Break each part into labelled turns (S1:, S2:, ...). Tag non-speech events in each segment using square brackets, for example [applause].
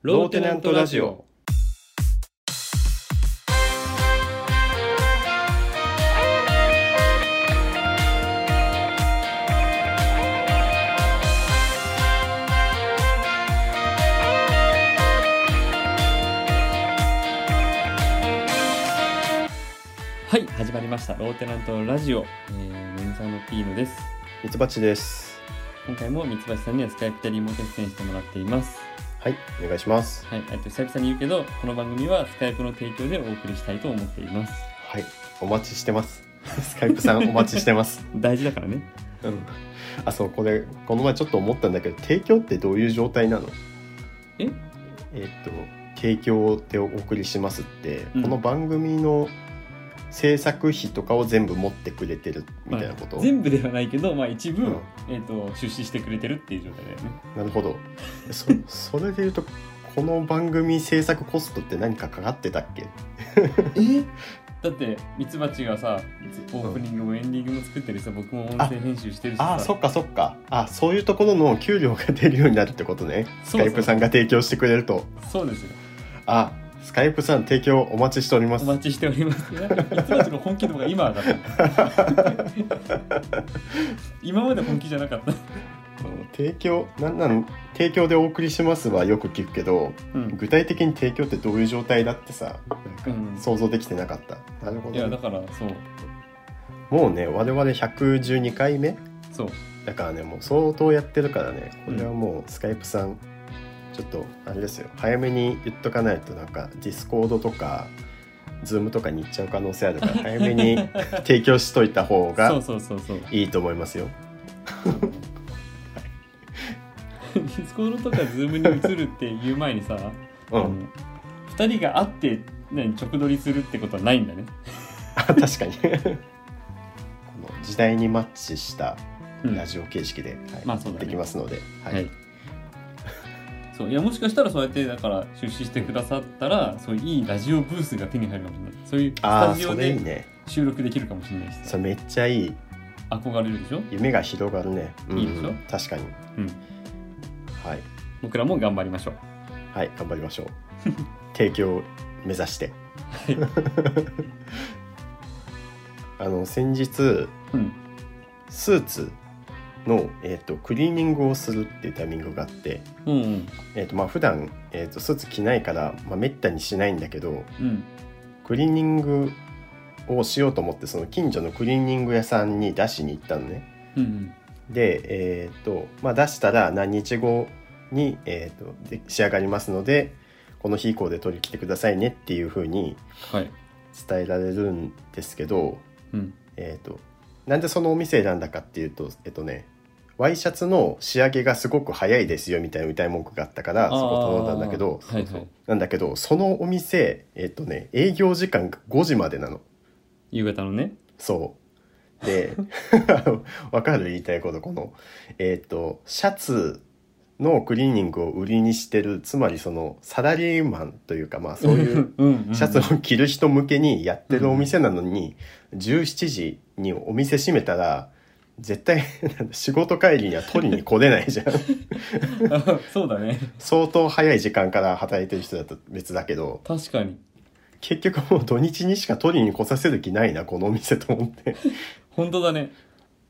S1: ローテナントラジオ。
S2: はい始まりましたローテナントラジオ、えー、メンザーのピーノです
S1: ミツバチです。
S2: 今回も三橋さんにはスカイプでリモート出演してもらっています
S1: はい、お願いします。
S2: はい、えっと久々に言うけどこの番組はスカイプの提供でお送りしたいと思っています
S1: はい、お待ちしてます。スカイプさんお待ちしてます。
S2: 大事だからね
S1: [laughs] うん。あ、そう、これ、この前ちょっと思ったんだけど、提供ってどういう状態なの
S2: え
S1: えっと、提供でお送りしますって、
S2: うん
S1: この番組の制作費とかを全部持ってくれてるみたいなこと、
S2: まあ全部ではないけど、まあ、一部、
S1: うん
S2: えっと出資してくれてるっていう状態だよね
S1: なるほど。そ、それで言うと、この番組制作コストって何かかかってたっけ
S2: えだってミツバチがさオープニングもエンディングも作ってるしさ僕も音声編集してるしさ
S1: ああそっかそっかあそういうところの給料が出るようになるってことねス
S2: そうそう
S1: カイプさんが提供してくれると
S2: そうですよ
S1: あスカイプさん提供お待ちしておりま
S2: お
S1: す
S2: 待ちしております。ミツバチの本気度が今上がった。 [laughs] 今まで本気じゃなかった。
S1: うん提供なんなの提供でお送りしますはよく聞くけど
S2: うん。
S1: 具体的に提供ってどういう状態だってさ
S2: うん、
S1: 想像できてなかったなるほ
S2: いや
S1: ど
S2: だ
S1: ね
S2: からそう
S1: もうね我々112回目
S2: そう
S1: だからねもう相当やってるからねこれはもうスカイプさん、ちょっとあれですよ早めに言っとかないとなんかディスコードとかズームとかに行っちゃう可能性あ
S2: [laughs]
S1: るから早めに提供しといた方
S2: そう
S1: が
S2: そうそうそう。
S1: いいと思いますよ。
S2: ディスコードとかズームに移るっていう前にさ、
S1: う
S2: あ
S1: ん、
S2: の二人が会って何直撮りするってことはないんだね。
S1: あ [laughs] 確かに [laughs] この時代にマッチした
S2: うん
S1: ラジオ形式で、はい
S2: まあそうだね
S1: できますので、はい
S2: はい。そういやもしかしたらそうやってだから出資してくださったらそういういいラジオブースが手に入るかもしれないそういうス
S1: あ
S2: タ
S1: あ
S2: ジ
S1: そ
S2: オ
S1: れいい
S2: で
S1: ね
S2: 収録できるかもしれないし
S1: そ
S2: さ
S1: れめっちゃいい
S2: 憧れるでしょ、
S1: 夢が広がるね、うん、
S2: いいでしょ
S1: 確かに
S2: うん、
S1: はい
S2: 僕らも頑張りましょう
S1: はい、頑張りましょう。提供を目指して。 [laughs] あの先日
S2: うん
S1: スーツのえっ、とクリーニングをするっていうタイミングがあって、
S2: うんうん
S1: えっ、とまあ普段えっ、とスーツ着ないからまあめったにしないんだけど、
S2: うん
S1: クリーニングをしようと思ってその近所のクリーニング屋さんに出しに行ったのね。
S2: うん
S1: で、えーっとまあ、出したら何日後に、えーっとで仕上がりますのでこの日以降で取り来てくださいねっていうふうに
S2: はい
S1: 伝えられるんですけど、
S2: うん
S1: えーっとなんでそのお店選んだかっていうとえっとねワイシャツの仕上げがすごく早いですよみたいな歌い文句があったからそこ頼んだんだけど
S2: あーはいはい
S1: なんだけどそのお店えっとね営業時間が5時までなの。
S2: 夕方のね
S1: そう。で、 [laughs] わかる言いたいこと、この、えっ、と、シャツのクリーニングを売りにしてる、つまりその、サラリーマンというか、まあそう
S2: [laughs]
S1: いう、
S2: うんうん
S1: シャツを着る人向けにやってるお店なのに、17時にお店閉めたら、絶対仕事帰りには取りに来れな
S2: [laughs]
S1: いじゃん [laughs]
S2: あそうだね
S1: 相当早い時間から働いてる人だと別だけど
S2: 確かに
S1: 結局もう土日にしか取りに来させる気ないなこのお店と思って
S2: 本当だね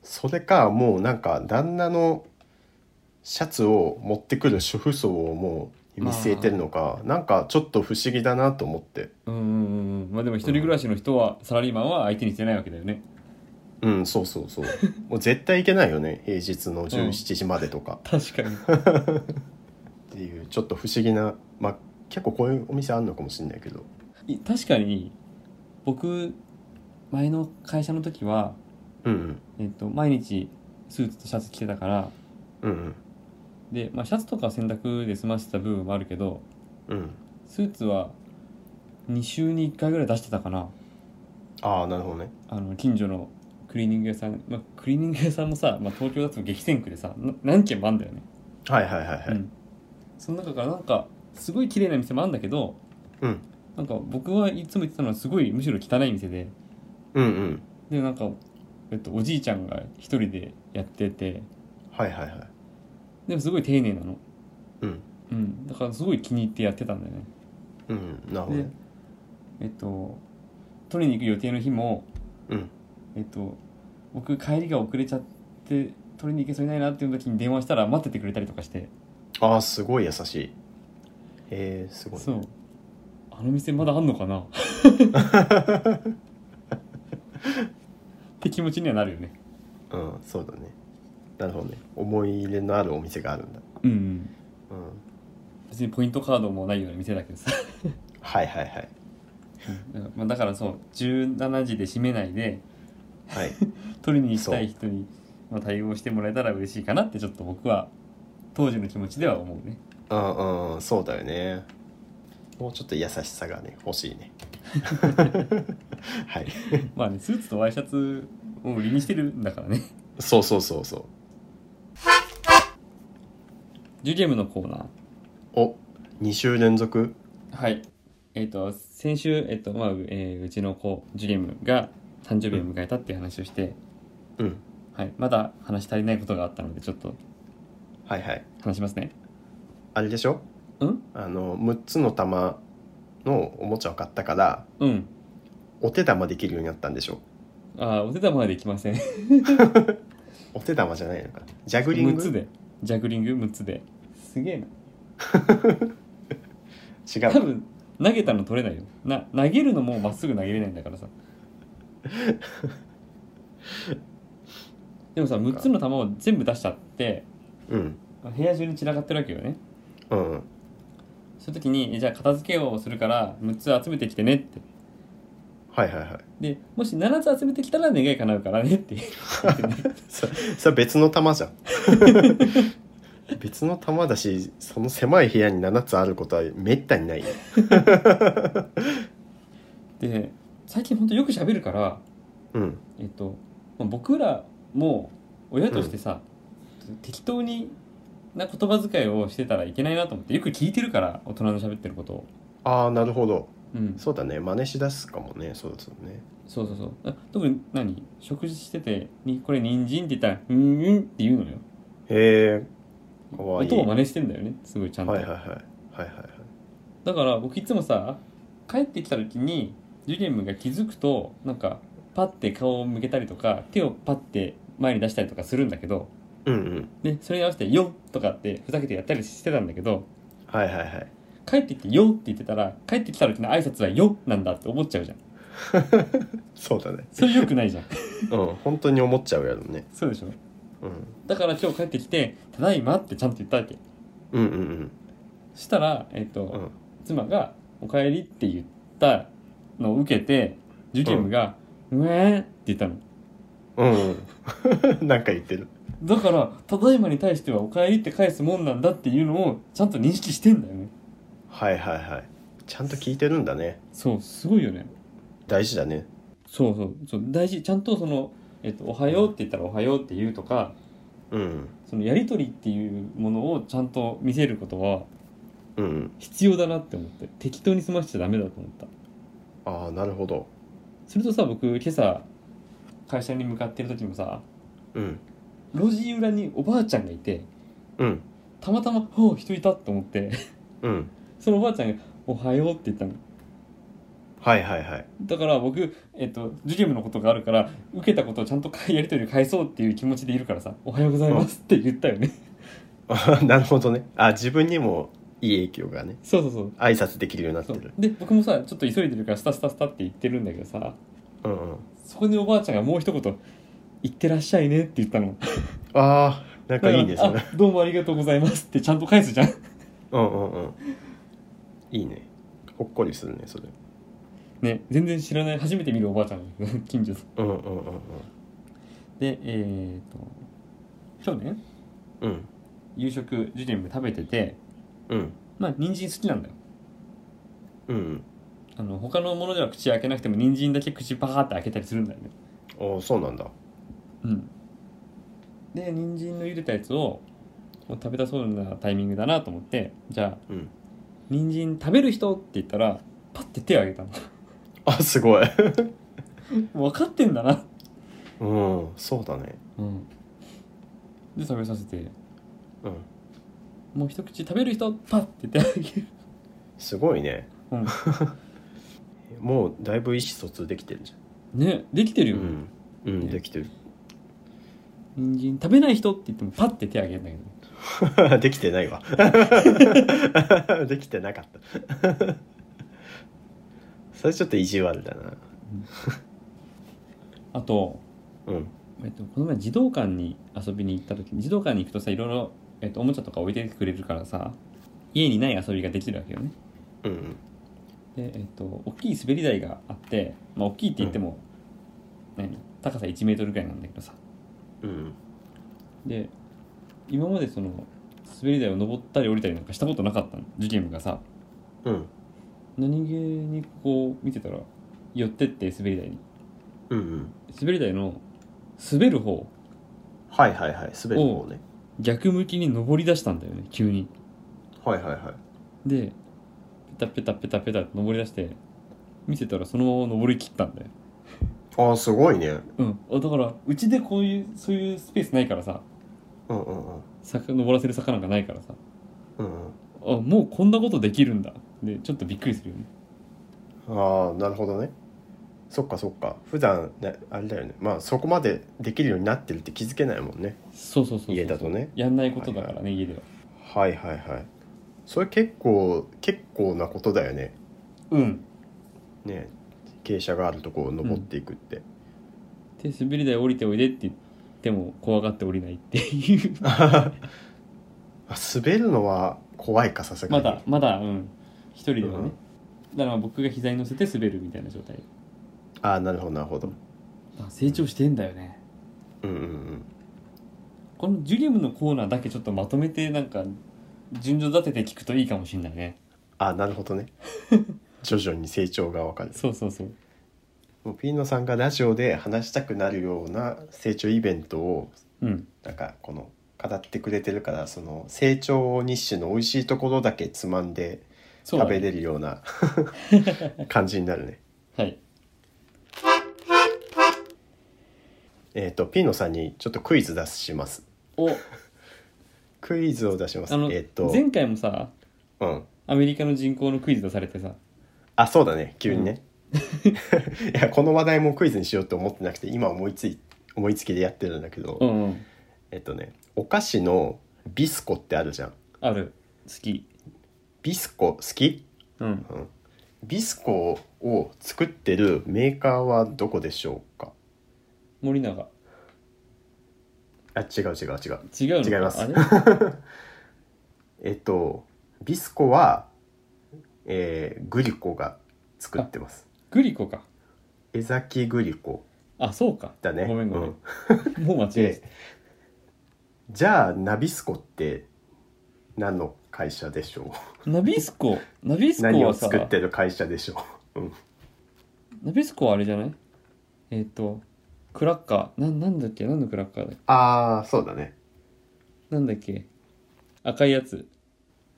S1: それかもうなんか旦那のシャツを持ってくる主婦層をもう見据えてるのか、なんかちょっと不思議だなと思って
S2: うんうんうんうんまあでも一人暮らしの人はサラリーマンは相手にしてないわけだよね
S1: うんそうそうそうもう絶対行けないよね [laughs] 平日の17時までとか
S2: 確かに
S1: っていうちょっと不思議なまあ結構こういうお店あるのかもしれないけど
S2: い確かに僕前の会社の時は
S1: うん
S2: えっと毎日スーツとシャツ着てたから
S1: うんうん
S2: でまあシャツとかは洗濯で済ませてた部分もあるけど
S1: うんうん
S2: スーツは2週に1回ぐらい出してたかな
S1: ああなるほどね
S2: あの近所のクリーニング屋さん、まあ、クリーニング屋さんもさ、まあ、東京だと激戦区でさな何軒もあんだよね、
S1: はいはいはいはい、
S2: うん、その中からなんかすごい綺麗な店もあるんだけど、
S1: うん
S2: なんか僕はいつも行ってたのはすごいむしろ汚い店で
S1: うんうん
S2: でなんか、えっと、おじいちゃんが一人でやってて
S1: はいはいはい
S2: でもすごい丁寧なの
S1: うん
S2: うん、だからすごい気に入ってやってたんだよね
S1: うんなるほど
S2: で
S1: ね
S2: えっと取りに行く予定の日も
S1: うん
S2: えっと僕帰りが遅れちゃって取りに行けそうにないなっていう時に電話したら待っててくれたりとかして
S1: ああすごい優しいえー、すごい
S2: そうあの店まだあんのかなって気持ちにはなるよね
S1: うんそうだねなるほどね思い入れのあるお店があるんだ
S2: うん、うん、
S1: うん
S2: 別にポイントカードもないような店だけど [laughs] さ
S1: はいはいはい
S2: うんまあだからそう17時で閉めないで
S1: はい
S2: [laughs] 取りに行きたい人にまあ対応してもらえたら嬉しいかなってちょっと僕は当時の気持ちでは思うね
S1: うんうんそうだよねもうちょっと優しさがね欲
S2: [laughs]
S1: しいねはい
S2: まあねスーツとワイシャツを売りにしてるんだからね
S1: そうそうそうそう
S2: ジュリアムのコーナー
S1: お2週連続
S2: はい。えっ、と、先週、えっ、と、まあ、うえーうちの子、ジュリムが誕生日を迎えたっていう話をして、
S1: うん
S2: はい。まだ話し足りないことがあったので、ちょっと
S1: はいはい
S2: 話しますね。
S1: あれでしょ
S2: うん
S1: あの6つの玉のおもちゃを買ったから
S2: うん。
S1: お手玉できるようになったんでしょ
S2: あーお手玉はできません。
S1: お手玉じゃないのかなジャグ
S2: [laughs]
S1: リン
S2: 6
S1: グ
S2: つで。ジャグリング6つで。すげえな。
S1: 違
S2: 多
S1: う
S2: 分、投げたの取れないよ。な、投げるのもまっすぐ投げれないんだからさ。でもさ、6つの球を全部出しちゃって、
S1: うん
S2: 部屋中に散らかってるわけよね。
S1: うん
S2: そういう時にえ「じゃあ片付けをするから6つ集めてきてね」って
S1: はいはいはい
S2: でもし7つ集めてきたら願い叶うからねって言ってね
S1: そそれは別の玉じゃん [laughs] 別の玉だしその狭い部屋に7つあることはめったにないよ
S2: で最近ほんとよく喋るから
S1: うん
S2: えっとまあ僕らも親としてさ、適当にな言葉遣いをしてたらいけないなと思ってよく聞いてるから大人の喋ってることを、
S1: ああなるほど
S2: うん、
S1: そうだね真似しだすかもねそうですよね
S2: そうそうそうあ特に何食事しててにこれ人参って言ったら「うんうん」って言うのよ
S1: へえかわいい
S2: 音を真似してんだよねすごいちゃんと、
S1: はいはいはいはいはいはい
S2: だから僕いつもさ帰ってきた時にジュリエムが気づくとなんかパッて顔を向けたりとか手をパッて前に出したりとかするんだけど
S1: うんうん
S2: でそれに合わせて「よ」とかってふざけてやったりしてたんだけど
S1: はいはいはい
S2: 帰ってきて「よ」って言ってたら帰ってきた時の挨拶は「よ」なんだって思っちゃうじゃん
S1: そうだね
S2: それよくないじゃん
S1: うん本当に思っちゃうやろね
S2: [laughs] そうでしょ
S1: うん
S2: だから今日帰ってきて「ただいま」ってちゃんと言ったわけ
S1: うんうん
S2: そしたら、えっと
S1: うんうん
S2: 妻が「おかえり」って言ったのを受けてジュリエムが「うえー」って言ったの
S1: うんうん [laughs] なんか言ってる
S2: だから「ただいま」に対しては「おかえり」って返すもんなんだっていうのをちゃんと認識してんだよね
S1: はいはいはいちゃんと聞いてるんだね
S2: そうすごいよね
S1: 大事だね
S2: そうそうそう大事ちゃんとその、えっと「おはよう」って言ったら「おはよう」って言うとか
S1: うん
S2: そのやり取りっていうものをちゃんと見せることは
S1: うんうん
S2: 必要だなって思って適当に済ましちゃダメだと思った
S1: ああなるほど
S2: それとさ僕今朝会社に向かってる時もさ
S1: うん
S2: 路地裏におばあちゃんがいて
S1: うん
S2: たまたま「ほう人いた」と思って [laughs]
S1: うん
S2: そのおばあちゃんが「おはよう」って言ったの
S1: はいはいはい
S2: だから僕、えっと、ジュリムのことがあるから受けたことをちゃんとやり取りを返そうっていう気持ちでいるからさ「おはようございます」って言ったよね
S1: あ [laughs] なるほどねあ自分にもいい影響がね
S2: そうそうそう
S1: 挨拶できるようになって
S2: そう
S1: る
S2: で僕もさちょっと急いでるからスタスタスタって言ってるんだけどさ
S1: うんうん
S2: そこにおばあちゃんがもう一言「行ってらっしゃいね」って言ったの
S1: あー [laughs] なんかいいね
S2: だか
S1: そ
S2: ら
S1: れ
S2: あどうもありがとうございます」ってちゃんと返すじゃん
S1: [laughs] うんうんうんいいねほっこりするねそれ
S2: ね全然知らない初めて見るおばあちゃん [laughs] 近所の
S1: うんうんうんうん
S2: でえっと今日ね
S1: うん
S2: 夕食ジュリム食べてて
S1: うん
S2: まあ人参好きなんだよ
S1: うん
S2: あの他のものでは口開けなくても人参だけ口バーって開けたりするんだよね
S1: ああそうなんだ
S2: うんで人参の茹でたやつをもう食べたそうなタイミングだなと思ってじゃあ
S1: うん
S2: 人参食べる人って言ったらパッて手を挙げたの
S1: あすごい [laughs]
S2: 分かってんだな
S1: うんそうだね
S2: うんで食べさせて
S1: うん
S2: もう一口食べる人パッて言ってあげる、
S1: すごいね
S2: うん、
S1: もうだいぶ意思疎通できてるじ
S2: ねできてる
S1: ゃん
S2: よ、
S1: うん、うん、できてる
S2: 人参食べない人って言ってもパッて手あげるんだけど
S1: [laughs] できてないわできてなかった [laughs] それちょっと意地悪だな
S2: あと、
S1: うん
S2: えっと、この前児童館に遊びに行った時に児童館に行くとさいろいろ、えっと、おもちゃとか置いてくれるからさ家にない遊びができるわけよね
S1: うん
S2: で、えっと、大きい滑り台があって、まあ、大きいって言っても、何高さ1メートルぐらいなんだけどさ
S1: うん
S2: で今までその滑り台を登ったり降りたりなんかしたことなかったの受験部がさ
S1: うん
S2: 何気にこう見てたら寄ってって滑り台に
S1: うんうん
S2: 滑り台の滑る方
S1: はいはいはい滑る方ね
S2: 逆向きに登り出したんだよね急に
S1: はいはいはい
S2: でペタペタペタペタ登り出して見てたらそのまま登りきったんだよ
S1: ああすごいね
S2: うんあだからうちでこういうそういうスペースないからさ
S1: うんうんうん
S2: 坂登らせる坂なんかないからさ
S1: うん
S2: あもうこんなことできるんだでちょっとびっくりするよね
S1: ああなるほどねそっかそっか普段ねあれだよねまあそこまでできるようになってるって気づけないもんね
S2: そうそうそうそう
S1: 家だとね
S2: やんないことだからね、家では
S1: はいはいはいそれ結構結構なことだよね
S2: うん
S1: ね傾斜があるとこを登っていくって、
S2: で滑り台降りておいでって言っても怖がって降りないっていう
S1: [laughs] あ滑るのは怖いかさすが
S2: ま
S1: に
S2: だまだうん一人ではね、
S1: う
S2: だ
S1: ん
S2: からまあ僕が膝に乗せて滑るみたいな状態
S1: ああなるほどなるほど
S2: あ成長してんだよね
S1: うんうんうん
S2: このジュリウムのコーナーだけちょっとまとめてなんか順序立てて聞くといいかもしれないね
S1: ああなるほ
S2: [laughs]
S1: どね徐々に成長がわかる
S2: そうそうそう
S1: もうピーノさんがラジオで話したくなるような成長イベントを
S2: うん
S1: なんかこの語ってくれてるからその成長日誌の美味しいところだけつまんで
S2: そうだ
S1: 食
S2: ね
S1: べれるよ
S2: [laughs]
S1: うな感じになるね。
S2: はい
S1: えっ、とピーノさんにちょっとクイズ出します。
S2: お
S1: クイズを出します。
S2: あの、
S1: えっ、と、
S2: 前回もさ
S1: うん、
S2: アメリカの人口のクイズ出されてさ
S1: あそうだね急にね。 [laughs] いやこの話題もクイズにしようと思ってなくて今思いつい思いつきでやってるんだけど、
S2: うんうん
S1: えっとねお菓子のビスコってあるじゃん。
S2: ある好き
S1: ビスコ好き
S2: うん
S1: ビスコを作ってるメーカーはどこでしょうか
S2: 森永
S1: あ違う違う違う
S2: 違うのか
S1: 違います
S2: あれ
S1: えっとビスコは、えーグリコが作ってます
S2: グリコか
S1: 江崎グリコ
S2: あそうか
S1: だね
S2: ごめんごめ
S1: うん
S2: ん、もう間違え
S1: でじゃあナビスコって何の会社でしょ
S2: たナビスコナビ
S1: う
S2: スコ
S1: 何を
S2: はさ
S1: 作ってる会社でしょう、うん、
S2: ナビスコはあれじゃないえっ、とクラッカーなんなんだっけ何のクラッカーだっけ
S1: ああそうだね
S2: なんだっけ赤いやつ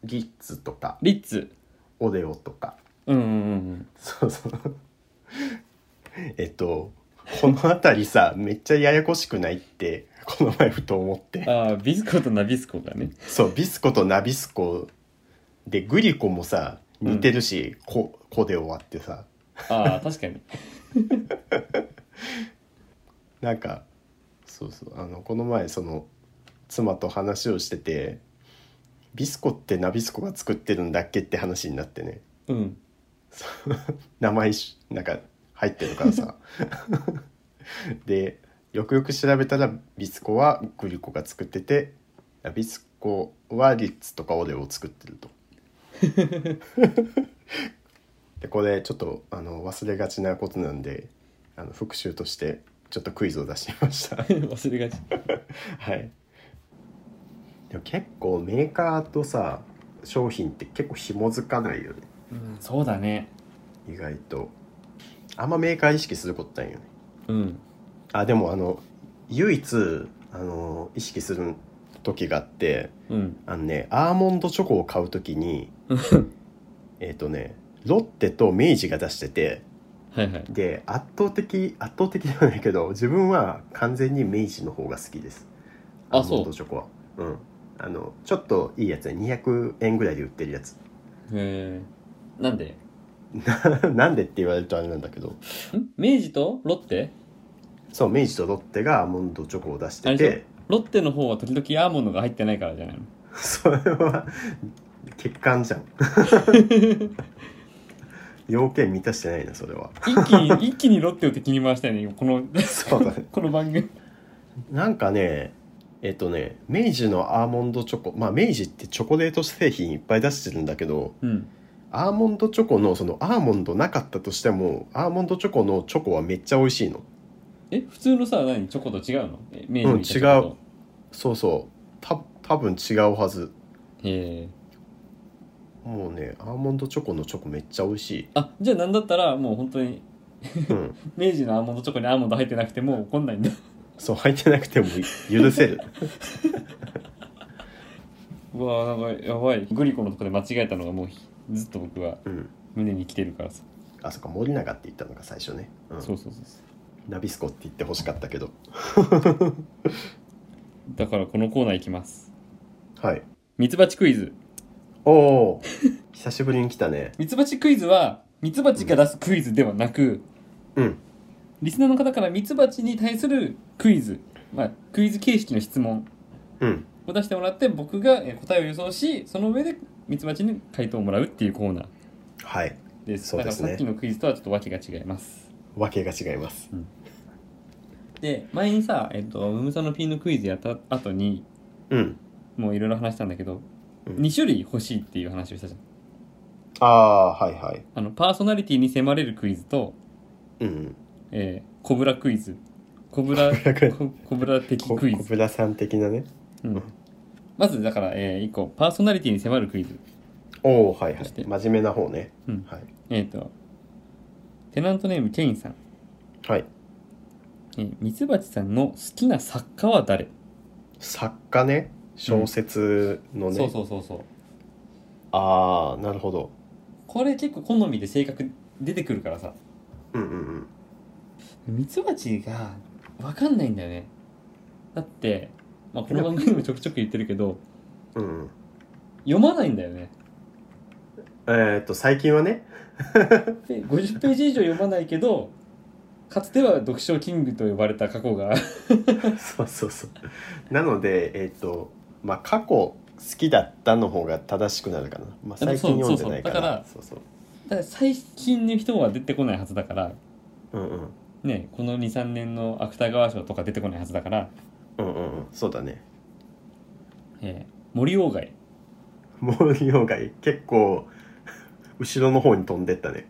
S1: リッツとか
S2: リッツ
S1: オレオとか
S2: うんうんうん
S1: そうそう。えっと、この辺りさ、めっちゃややこしくないって、この前ふと思っ
S2: うん
S1: て。
S2: ああビスコとナビスコがね
S1: そう、ビスコとナビスコで、グリコもさ、似てるし、こ、こで終わってさ、
S2: ああ確かに
S1: なんか、そうそう、あの、この前、その、妻と話をしてて、ビスコってナビスコが作ってるんだっけって話になってね。
S2: うん [laughs]
S1: 名前しなんか入ってるからさでよくよく調べたらビスコはグリコが作っててビスコはリッツとかオレオを作ってるとでこれちょっとあの忘れがちなことなんであの復習としてちょっとクイズを出してみ
S2: [laughs]
S1: ました
S2: 忘れがち
S1: はいでも結構メーカーとさ商品って結構紐づかないよね
S2: うんそうだね
S1: 意外とあんまメーカー意識することないよね
S2: うん
S1: あでもあの唯一あの意識する時があって
S2: うん
S1: あのねアーモンドチョコを買う時にえっ、とねロッテと明治が出してて
S2: はいはい
S1: で圧倒的圧倒的ではないけど自分は完全に明治の方が好きです
S2: あ
S1: アーモ
S2: そ
S1: ンド
S2: う
S1: チョコはうんあのちょっといいやつで200円ぐらいで売ってるやつ [laughs]
S2: へえなんで
S1: なんでって言われるとあれなんだけど
S2: ん明治とロッテ
S1: そう明治とロッテがアーモンドチョコを出し
S2: あ
S1: て
S2: れで
S1: て
S2: ロッテの方は時々アーモンドが入ってないからじゃないの
S1: それは欠陥じゃん要件満たしてないなそれは
S2: 一気に一気にロッテを敵に回したよねこの [laughs]
S1: そうだね
S2: この番組
S1: なんかねえっとね明治のアーモンドチョコまあ明治ってチョコレート製品いっぱい出してるんだけど
S2: うん
S1: アーモンドチョコのそのアーモンドなかったとしてもアーモンドチョコのチョコはめっちゃ美味しいの
S2: え普通のさ何チョコと違うのえ明治
S1: うん
S2: みたいなチョコと
S1: そうそうた多分違うはず
S2: へえ
S1: もうねアーモンドチョコのチョコめっちゃ美味しい
S2: あじゃあなんだったらもう本当に
S1: うん
S2: 明治のアーモンドチョコにアーモンド入ってなくても怒んないんだ
S1: そう入ってなくても許せる
S2: [laughs] うわーなんかやばいグリコのとこで間違えたのがもうひずっと僕は
S1: うん
S2: 胸に来てるからさ、
S1: あそっか森永って言ったのが最初ね、うん、
S2: そうそうそうそう
S1: ナビスコって言ってほしかったけど
S2: だからこのコーナーいきます
S1: はい
S2: ミツバチクイズ
S1: お [laughs] お久しぶりに来たね
S2: ミツバチクイズはミツバチが出すクイズではなく、
S1: うん
S2: リスナーの方からミツバチに対するクイズ、まあ、クイズ形式の質問
S1: うん
S2: を出してもらって僕がえー答えを予想しその上でミツバチに回答をもらうっていうコーナー
S1: はい
S2: です
S1: そうですね
S2: だからさっきのクイズとはちょっと訳が違います
S1: わけが違います
S2: で前にさ、えっと、ムムサノピーのクイズやった後に
S1: うん
S2: もういろいろ話したんだけど、
S1: うん
S2: 2種類欲しいっていう話をしたじゃん
S1: ああはいはい
S2: あのパーソナリティに迫れるクイズと、
S1: [laughs] うん
S2: えー、コブラクイズコブ
S1: [laughs]
S2: ラ
S1: コブラクイズ
S2: ココブラ的
S1: こ
S2: クイ
S1: 小
S2: ズ、
S1: 倉さん的なね
S2: うん、まずだから、え1個パーソナリティに迫るクイズ
S1: おおはいは
S2: そして
S1: い真面目な方ね、
S2: うん
S1: はい
S2: えっ、と、テナントネームケインさん。
S1: はい
S2: えーミツバチさんの好きな作家は誰、
S1: 作家ね小説のね、
S2: そうそうそうそう。
S1: ああなるほど
S2: これ結構好みで性格出てくるからさ。
S1: うんうんうん
S2: ミツバチがわかんないんだよね。だって、まあ、この番組でもちょくちょく言ってるけど、
S1: うんうん
S2: 読まないんだよね。
S1: えーっと最近はね
S2: で50ページ以上読まないけど、かつては読書キングと呼ばれた過去が。
S1: そうそうそうなのでえーっとまあ過去好きだったの方が正しくなるかな、まあ、
S2: あでも
S1: 最
S2: そう
S1: 近読んでないから
S2: そ
S1: そうそう
S2: だから最近の人は出てこないはずだから、
S1: うんうん
S2: ね、この2、3年の芥川賞とか出てこないはずだから、
S1: うんうんうんそうだね
S2: えー森鴎外
S1: 森鴎外結構後ろの方に飛んでったね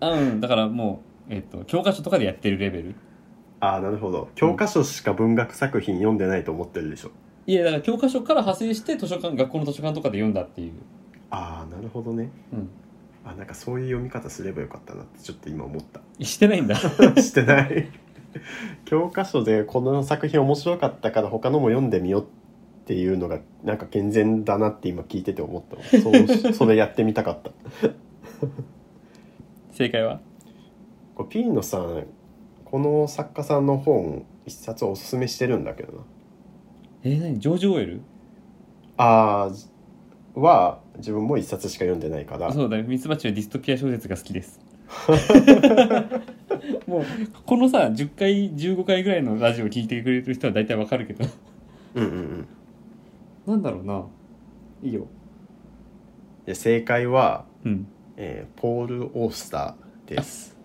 S2: あうんだからもう、えっと教科書とかでやってるレベル
S1: ああなるほど教科書しか文学作品読んでないと思ってるでしょ、
S2: いやだから教科書から派生して図書館学校の図書館とかで読んだっていう、
S1: ああなるほどね
S2: うん、 [laughs]
S1: あなんかそういう読み方すればよかったなってちょっと今思った
S2: してないんだ [laughs]
S1: してない教科書でこの作品面白かったから他のも読んでみようっていうのがなんか健全だなって今聞いてて思ったわ
S2: [laughs]
S1: そうそれやってみたかった
S2: 正解は
S1: これピーノさんこの作家さんの本一冊おすすめしてるんだけどな
S2: えー、何ジョージ・オーエル
S1: あーは自分も一冊しか読んでないから
S2: そうだよミツバチはディストピア小説が好きです [laughs] もうこのさ10回15回ぐらいのラジオを聞いてくれる人は大体わかるけど
S1: うんうんうん
S2: なんだろうないいよ
S1: で正解は、
S2: うん
S1: えーポール・オースターです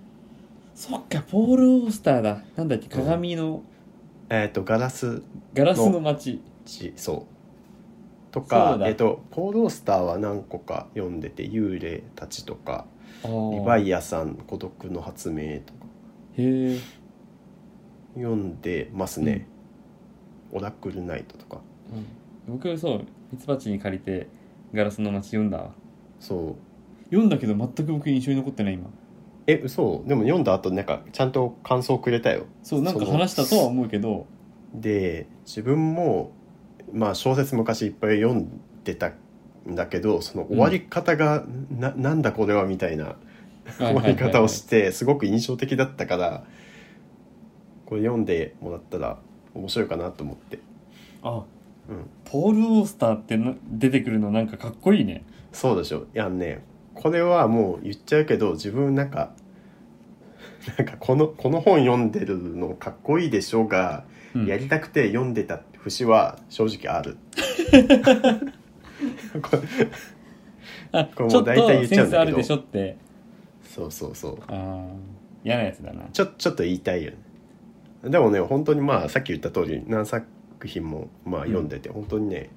S2: そっかポール・オースターだなんだっけ鏡の、
S1: えっ、とガラス
S2: ガラスの街
S1: ちそうと
S2: そ
S1: か
S2: うだ
S1: えっとポール・オースターは何個か読んでて「幽霊たち」とか
S2: リ
S1: 「リヴァイアさん孤独の発明」とか
S2: へえ
S1: 読んでますね「オラクルナイト」とか
S2: 僕そうミツバチに借りて「ガラスの街」読んだわ
S1: そう
S2: 読んだけど全く僕印象に残ってない今
S1: え嘘でも読んだ後なんかちゃんと感想くれたよ
S2: そうなんか
S1: その
S2: 話したとは思うけど
S1: で自分もまあ小説昔いっぱい読んでたんだけどその終わり方がな,、なんだこれはみたいな [laughs] 終わり方をしてすごく印象的だったからこれ読んでもらったら面白いかなと思って
S2: あ
S1: うん、
S2: ポール・オースターってな出てくるのなんかかっこいいね
S1: そうでしょいやねこれはもう言っちゃうけど自分なんか [laughs] なんかこのこの本読んでるのかっこいいでしょうが、
S2: うん
S1: やりたくて読んでた節は正直あるこ
S2: あち
S1: こ
S2: ょっ
S1: れもう
S2: と
S1: 大体言っち
S2: セ
S1: ゃう
S2: ン
S1: んだ
S2: スあ
S1: けど
S2: るでしょって
S1: そうそうそう
S2: あー嫌なやつだな
S1: ちょちょっと言いたいよねでもね本当にまあさっき言った通り何作品もまあ読んでて、本当にね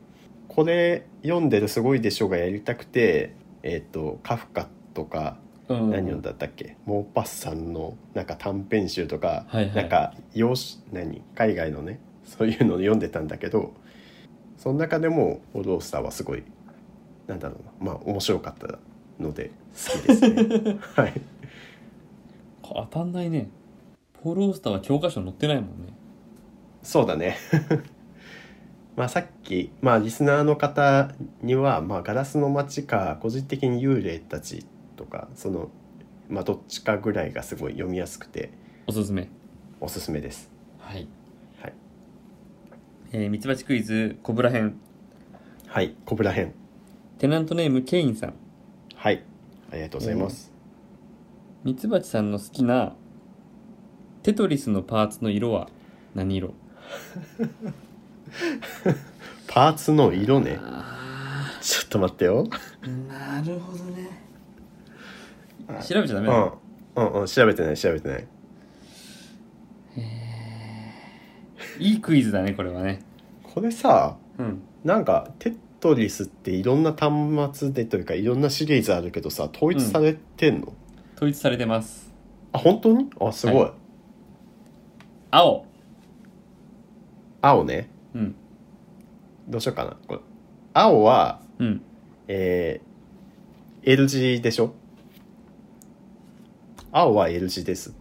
S1: これ読んでるすごいでしょうがやりたくてえっ、とカフカとか
S2: うん
S1: 何読んだったっけ、モーパッサンのなんか短編集とか、
S2: はいはい
S1: なんか洋紙何海外のねそういうのを読んでたんだけどその中でも「オールオースター」はすごいなんだろうなまあ面白かったので好きです
S2: [laughs]
S1: ね。はい、
S2: 当たんないねポール・オースターは教科書載ってないもんね
S1: そうだね [laughs] まあさっき、まあ、リスナーの方には「まあ、ガラスの街」か個人的に「幽霊たち」とかその、まあ、どっちかぐらいがすごい読みやすくて
S2: おすすめ
S1: おすすめです。
S2: はい
S1: はい、
S2: えーミツバチクイズコブラ編
S1: はい、コブラ編
S2: テナントネームケインさん
S1: はい、ありがとうございます。
S2: ミツバチさんの好きなテトリスのパーツの色は何色
S1: パーツの色ね。
S2: あ
S1: ちょっと待ってよ。
S2: なるほどね
S1: あ
S2: 調べちゃダ
S1: う
S2: メ
S1: ん、
S2: なの
S1: うん、うん、調べてない、調べてない。
S2: いいクイズだねこれはね
S1: これさ、
S2: うん
S1: なんかテトリスっていろんな端末でというか、いろんなシリーズあるけどさ、統一されてんの。
S2: 統一されてます
S1: あ、本当に。あ、すごい。
S2: は青
S1: 青ね。
S2: うん
S1: どうしようかな。これ。青は、
S2: うん
S1: えー、L 字でしょ青は L 字です。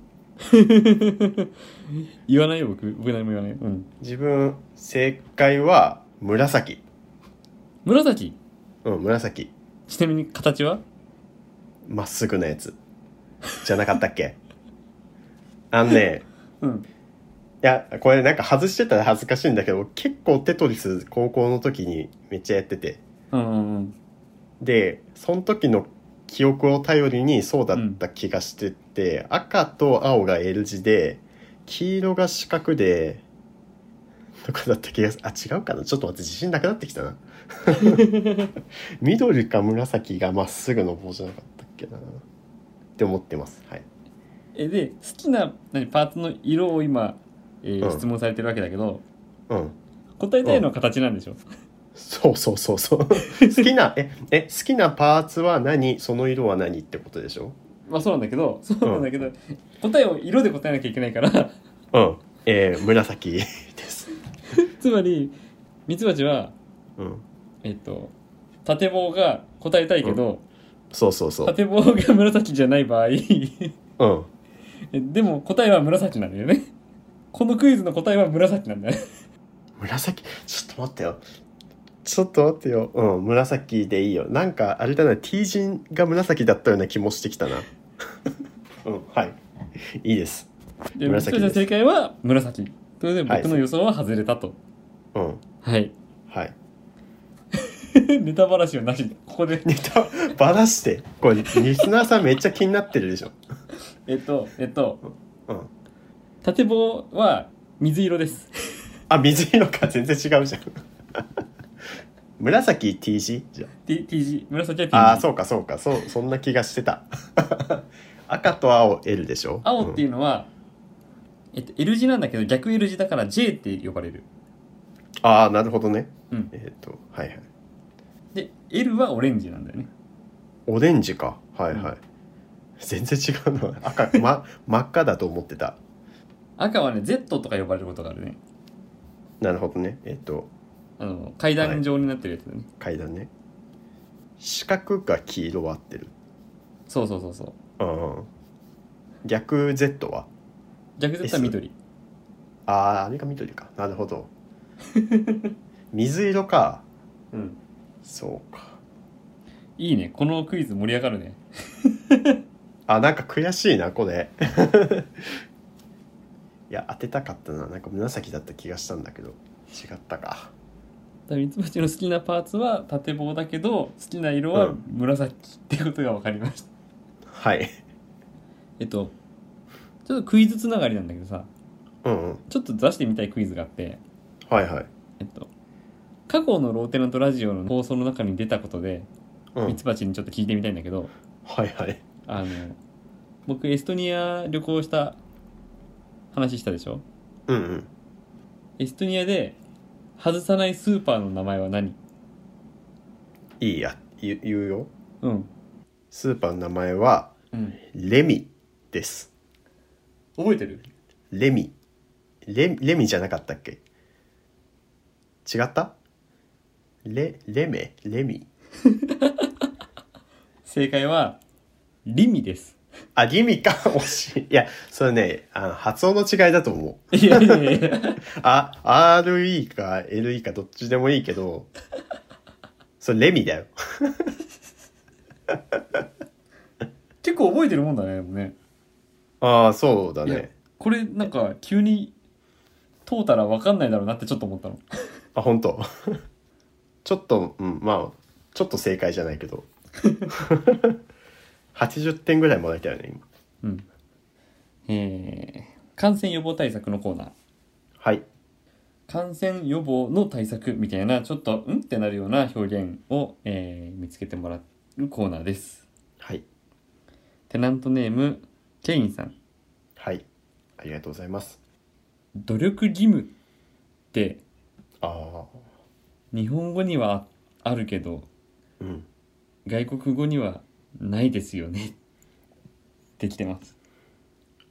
S2: [laughs] 言わないよ僕僕何も言わないうん
S1: 自分、正解は紫。
S2: 紫
S1: うん、紫。
S2: ちなみに形は
S1: まっすぐなやつじゃなかったっけ [laughs] あのね
S2: うん
S1: いやこれなんか外してたら恥ずかしいんだけど結構テトリス高校の時にめっちゃやってて
S2: うんうんうん
S1: でその時の記憶を頼りにそうだった気がしてて、赤と青が L 字で黄色が四角でとかだった気がすあ違うかなちょっと待って自信なくなってきた [laughs] な緑か紫がまっすぐの棒じゃなかったっけなって思ってますはい
S2: えで好きな何パーツの色を今、えー
S1: うん
S2: 質問されてるわけだけど
S1: うん
S2: 答えたいのは形なんでしょ、
S1: そうそうそうそう [laughs] 好きなええ好きなパーツは何その色は何ってことでしょ
S2: まあそうなんだけどそうなんだけど、答えを色で答えなきゃいけないから
S1: うんえー、紫です
S2: [laughs] つまりミツバチは
S1: うん
S2: えっと縦棒が答えたいけど、
S1: そうそうそう
S2: 縦棒が紫じゃない場合 [laughs]
S1: うん
S2: でも答えは紫なんだよねこのクイズの答えは紫なんだよね
S1: 紫ちょっと待ってよちょっと待ってようん紫でいいよなんかあれだな T 字が紫だったような気もして
S2: [laughs]
S1: きたなうんはいいいです
S2: でミツバチ
S1: 紫で
S2: の
S1: す
S2: 正解は紫ということ
S1: は
S2: で
S1: い
S2: 僕の予想は外れたと
S1: うん
S2: はい、
S1: はい
S2: [laughs] ネタばらしはなしでここで
S1: ネタばらしてこれリスナーさんめっちゃ気になってるでしょ
S2: えっとえっと
S1: うん
S2: 縦棒は水色です
S1: あ水色か全然違うじゃん [laughs] 紫 T 字じゃ
S2: T- T 字紫は T 字
S1: ああーそうかそうかそうそんな気がしてた [laughs] 赤と青 L でしょ
S2: 青っていう
S1: う、
S2: のは、えっと、L 字なんだけど逆 L 字だから J って呼ばれる
S1: ん、ああなるほどね、
S2: うん
S1: えっ、とはいはい
S2: で L はオレンジなんだよね
S1: オレンジかはいはい、全然違うの赤、ま、真っ赤だと思ってた
S2: 赤はね Z とか呼ばれることがあるね
S1: なるほどねえっ、と
S2: あの階段状になってるやつだね、
S1: 階段ね四角が黄色は合ってる
S2: そうそうそうそう
S1: うん逆 Z は
S2: 逆 Z は緑
S1: あああれが緑かなるほど水色か
S2: うん
S1: そうか
S2: いいねこのクイズ盛り上がるね
S1: あなんか悔しいなこれ [laughs] いや当てたかったななんか紫だった気がしたんだけど違ったか
S2: からミツバチの好きなパーツは [laughs] 縦棒だけど好きな色は
S1: うん
S2: 紫ってことが分かりました、
S1: はい
S2: [laughs] えっとちょっとクイズつながりなんだけどさ
S1: うんうん
S2: ちょっと出してみたいクイズがあって
S1: はいはい
S2: えっと過去のローテナントラジオの放送の中に出たことで
S1: うん
S2: ミツバチにちょっと聞いてみたいんだけど
S1: はいはい
S2: あの僕エストニア旅行した話したでしょ
S1: うんうん
S2: エストニアで外さないスーパーの名前は何
S1: いいや言う言うよ
S2: うん、
S1: スーパーの名前は
S2: うん、
S1: レミです
S2: 覚えてる
S1: レミレレミじゃなかったっけ違ったレレメレミ
S2: 正解はリミです
S1: あリミか惜しいいやそれねあの発音の違いだと思う
S2: いやいやい [laughs] や
S1: あ RE か LE かどっちでもいいけどそれレミだよ
S2: 結構覚えてるもんだねでもね
S1: ああそうだ
S2: いや
S1: ね
S2: これなんか急に通ったら分かんないだろうなってちょっと思ったの
S1: あ本当 [laughs] ちょっとうんまあちょっと正解じゃないけど [laughs] 80点ぐらいもらえたよね今
S2: うんえー、感染予防対策のコーナー
S1: はい
S2: 感染予防の対策みたいなちょっとうんってなるような表現を、えー見つけてもらうコーナーです
S1: はい
S2: テナントネームケインさん
S1: はいありがとうございます
S2: 努力義務って
S1: ああ
S2: 日本語にはあるけど
S1: うん
S2: 外国語にはないですよねできてます、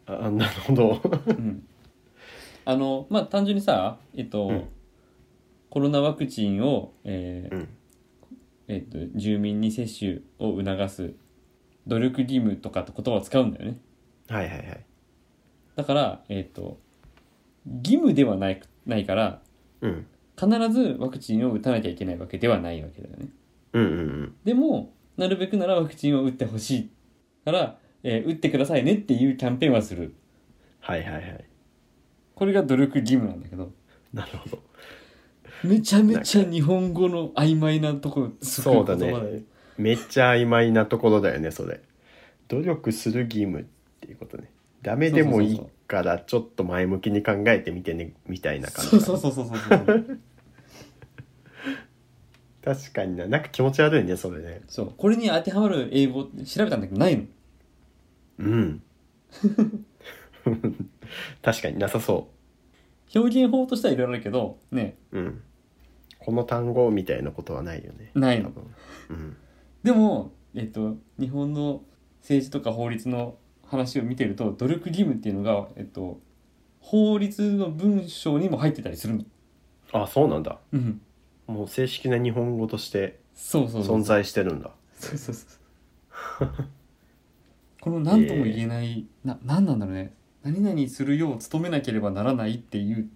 S1: あなるほど [laughs]
S2: うん、あのまあ単純にさえっと、
S1: うん
S2: コロナワクチンを、えー
S1: うん
S2: えっと、住民に接種を促す努力義務とかって言葉を使うんだよね
S1: はいはいはい
S2: だからえっと義務ではないないから
S1: うん
S2: 必ずワクチンを打たなきゃいけないわけではないわけだよね
S1: うんうんうん
S2: でもなるべくならワクチンを打ってほしいから、えー打ってくださいねっていうキャンペーンはする
S1: はいはいはい
S2: これが努力義務なんだけど
S1: なるほど
S2: めちゃめちゃ日本語の曖昧なとこすごい
S1: そうだね
S2: 言葉よ
S1: めっちゃ曖昧なところだよねそれ努力する義務っていうことねダメでもいいからちょっと前向きに考えてみてねみたいな感じ
S2: そ
S1: だ
S2: う
S1: ね
S2: そうそうそうそうそう
S1: 確かにななんか気持ち悪いねそれね
S2: そうこれに当てはまる英語調べたんだけどないの
S1: うん [laughs] 確かになさそ
S2: 表現法としてはいろいろあるけどね
S1: ううんこの単語みたいなことはないよね
S2: ない
S1: 多
S2: の
S1: 分うん
S2: でもえっと日本の政治とか法律の話を見てると努力義務っていうのがえっと法律の文章にも入ってたりするの
S1: あそうなんだ
S2: うん
S1: もう正式な日本語として
S2: そうそうそう
S1: 存在してるんだ
S2: そうそうそうこの何とも言えない、な何なんだろうね何々するよう努めなければならないっていう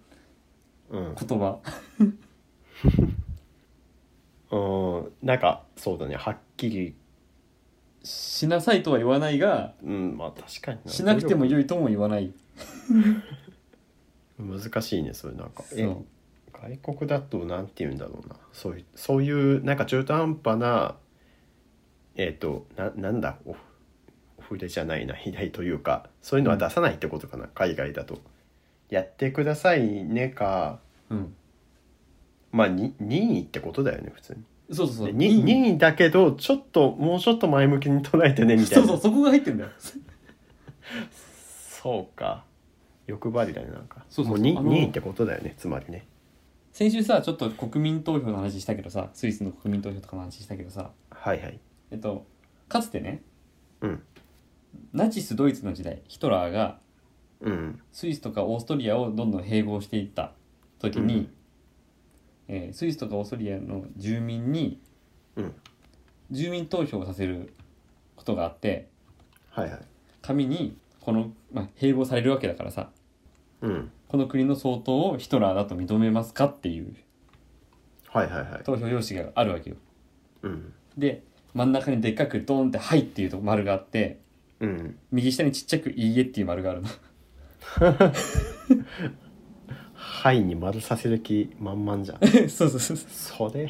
S1: うん
S2: 言葉
S1: うんなんかそうだねはっきり
S2: しなさいとは言わないが
S1: うんまあ確かに
S2: しなくても
S1: 努
S2: 良いとも言わない
S1: 力難しいねそれなんか
S2: そ
S1: え
S2: う
S1: 外国だとなんて言うんだろうなそういうそういうなんか中途半端なえっ、とななんだおお触れじゃないな肥大というかそういうのは出さないってことかな、海外だと。やってくださいねか
S2: うん
S1: まあに任意ってことだよね普通に。
S2: そうそうそう
S1: でに任意だけどちょっともうちょっと前向きに捉えてねみた
S2: そ
S1: いうな
S2: そうそこが入ってんだよ
S1: そうか欲張りだねなんか
S2: そうそうそう
S1: もうに
S2: あの
S1: 任意ってことだよねつまりね
S2: 先週さちょっと国民投票の話したけどさスイスの国民投票とかの話したけどさ
S1: はいはい
S2: えっとかつてね、
S1: うん
S2: ナチスドイツの時代ヒトラーが
S1: うん
S2: スイスとかオーストリアをどんどん併合していった時に、
S1: うん
S2: えースイスとかオーストリアの住民に
S1: うん
S2: 住民投票をさせることがあって
S1: はいはい
S2: 紙にこの、まあ、併合されるわけだからさ
S1: うん
S2: この国の総統をヒトラーだと認めますかっていう
S1: はいはいはい
S2: 投票用紙があるわけよ。
S1: うん
S2: で真ん中にでっかくドーンって「はい」っていうと丸があって
S1: うん
S2: 右下にちっちゃく「いいえ」っていう丸があるの。
S1: はいに丸させる気満々じゃん
S2: [laughs] そうそうそうそう
S1: それ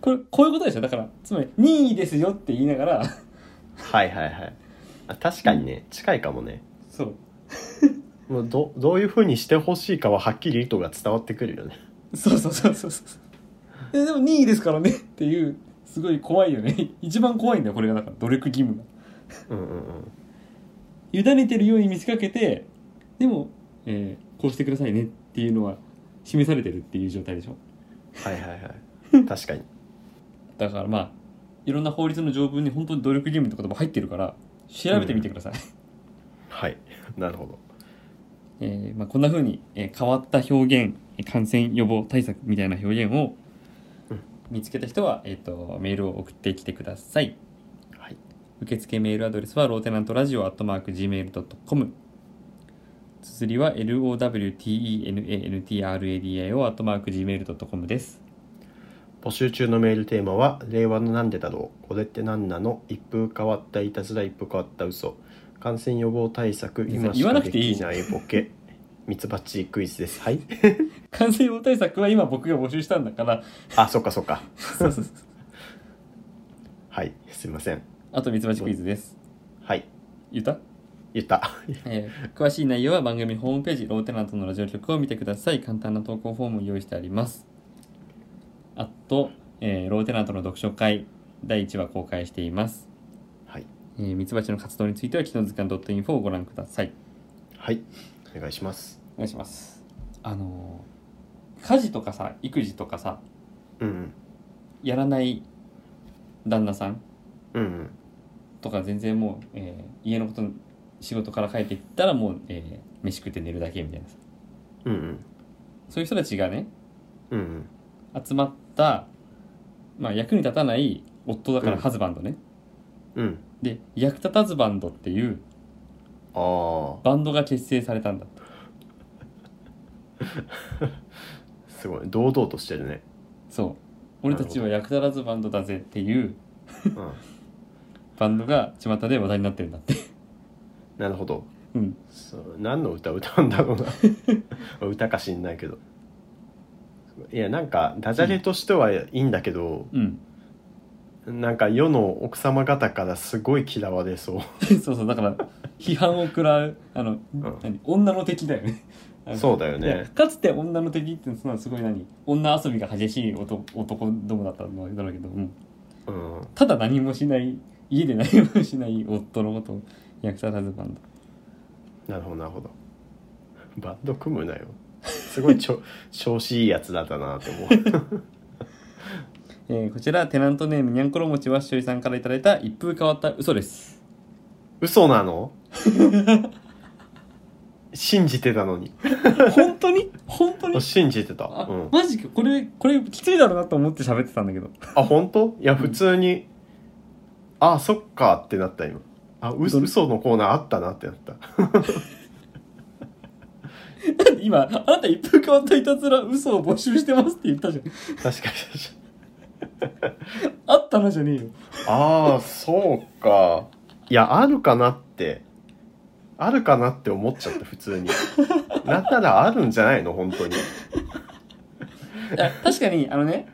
S2: これこういうことでしょだからつまり任意ですよって言いながら
S1: はいはいはいあ確かにね近いかもね
S2: そう
S1: もうどどういうふうにしてほしいかははっきり意図が伝わってくるよね
S2: そうそうそうそうそうえでも任意ですからねっていうすごい怖いよね [laughs] 一番怖いんだよこれがだから努力義務が
S1: うんうんうん
S2: 委ねてるように見せかけてでも、えーこうしてくださいねっていうのは示されてるっていう状態でしょ
S1: はいはい [laughs] はい確かに
S2: だからまあいろんな法律の条文に本当に努力義務って言葉入ってるから調べてみてください、
S1: はいなるほど
S2: えーまあ、こんな風に、えー変わった表現えー感染予防対策みたいな表現を
S1: うん
S2: 見つけた人は、えー、とメールを送ってきてください
S1: はい
S2: 受付メールアドレスはローテナントラジオアットマーク Gmail.com 綴りは LOWTENANTRADIO アットマーク Gmail.com です
S1: 募集中のメールテーマは「令和のなんでだろうこれってなんなの一風変わったいたずら一風変わった嘘感染予防対策
S2: 別に
S1: 今し
S2: 言わ
S1: か
S2: なく
S1: で
S2: ていい
S1: き
S2: じゃ
S1: ないボケ」ミツバチクイズですはい
S2: 感染予防対策は今僕が募集したんだから
S1: あそっかそっか
S2: そうそうそう
S1: はいすいません
S2: あとミツバチクイズです
S1: はい
S2: 言った
S1: 言った
S2: えー詳しい内容は番組ホームページローテナントのラジオ局を見てください簡単な投稿フォームを用意してありますあと、えーローテナントの読書会第1話公開しています
S1: はい
S2: えーミツバチの活動については機能図鑑 .info をご覧ください
S1: はいお願いします
S2: お願いしますあのー家事とかさ育児とかさ
S1: うん
S2: やらない旦那さん
S1: うんうんうん
S2: とか全然もう、えー家のこと仕事から帰ってきたらもう、えー飯食って寝るだけみたいなさ
S1: うんうん
S2: そういう人たちがね
S1: うんうん
S2: 集まった、まあ、役に立たない夫だか
S1: う
S2: ら
S1: ん
S2: ハズバンドね、
S1: うん
S2: で役立たずバンドっていう
S1: あー
S2: バンドが結成されたんだって
S1: すごい堂々としてるね、
S2: そう俺たちは役立たずバンドだぜっていう
S1: うん、
S2: バンドが巷で話題になってるんだって、
S1: なるほど
S2: うん、
S1: そう何の歌歌うんだろうな [laughs] 歌か知んないけどいやなんかダジャレとしてはいいんだけど、
S2: うん、
S1: なんか世の奥様方からすごい嫌われそう
S2: [laughs] そうそうだから批判を食らうあの、何女の敵だよねあの
S1: そうだよ
S2: いや
S1: ね
S2: かつて女の敵ってそのすごい何女遊びが激しい男男どもだったんだろうけど、うん
S1: うん
S2: ただ何もしない家で何もしない夫のことを役立たずバンド
S1: なるほどなるほどバンド組むなよすごいちょ調子いいやつだったなって思う
S2: えーこちらテナントネームにゃんころ餅はしおりさんからいただいた一風変わった嘘
S1: [laughs]
S2: です
S1: 嘘なの信じてたの
S2: [laughs]
S1: に
S2: 本当に本当に
S1: 信じてた、
S2: あ、
S1: うん、
S2: マジかこれこれきついだろうなと思って喋ってたんだけど [laughs]
S1: あ本当いや
S2: ん
S1: 普通に、あそっかってなった今あう
S2: どれ
S1: 嘘のコーナーあったなってなった
S2: だって今あなた一風変わったいたずら嘘を募集してますって言ったじゃん [laughs]
S1: 確かに
S2: あったなじゃねえよ
S1: ああそうかいやあるかなってあるかなって思っちゃった普
S2: [laughs]
S1: 通になんならあるんじゃないの本当に
S2: いや確かにあのね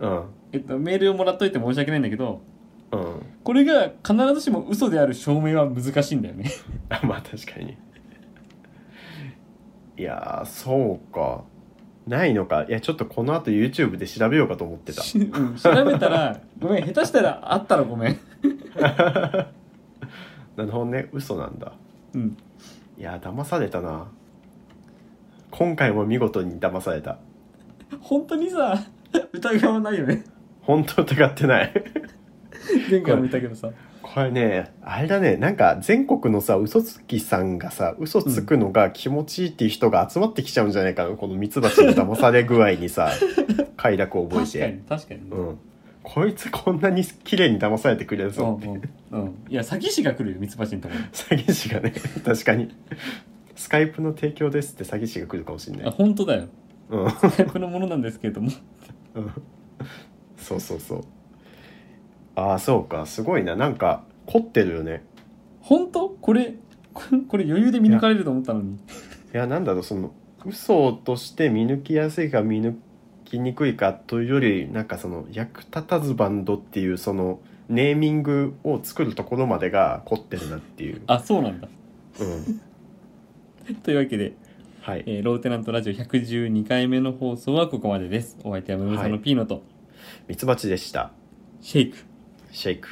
S1: うん
S2: えっと、メールをもらっといて申し訳ないんだけど
S1: うん
S2: これが必ずしも嘘である証明は難しいんだよね
S1: あまあ確かにいやーそうかないのかいやちょっとこの後 YouTube で調べようかと思ってた
S2: し [laughs] うん調べたらごめん下手したらあったらごめん、
S1: なるほどね嘘なんだ
S2: うん、
S1: いや騙されたな今回も見事に騙された
S2: 本当にさ疑わないよね
S1: 本当疑ってない
S2: 前回も言ったけどさ
S1: これねあれだねなんか全国のさ嘘つきさんがさ嘘つくのが気持ちいいっていう人が集まってきちゃうんじゃないかな、このミツバチの騙され具合にさ快楽を覚え
S2: 確か
S1: て
S2: に確かに、
S1: う
S2: うん
S1: んこいつこんなに綺麗に騙されてくれる
S2: うん
S1: ぞ、
S2: うん、いや詐欺師が来るよミツバチのとこ
S1: 詐欺師がね [laughs] 確かにスカイプの提供ですって詐欺師が来るかもしん
S2: ろ
S1: な
S2: あ
S1: い、
S2: 本当だよ
S1: うん、 [laughs]
S2: タイプのものなんですけれども
S1: うんそうそうそうああそうかすごいななんか凝ってるよね
S2: 本当これここれ余裕で見抜かれると思ったのに
S1: いやなんだろうその嘘として見抜きやすいか見抜きにくいかというよりなんかその役立たずバンドっていうそのネーミングを作るところまでが凝ってるなっていう、
S2: あそうなんだ
S1: うん、
S2: というわけで、
S1: はい
S2: えーローテナントラジオ112回目の放送はここまでですお相手はムムさんのピーノと
S1: ミツバチでした
S2: シェイク
S1: シェイク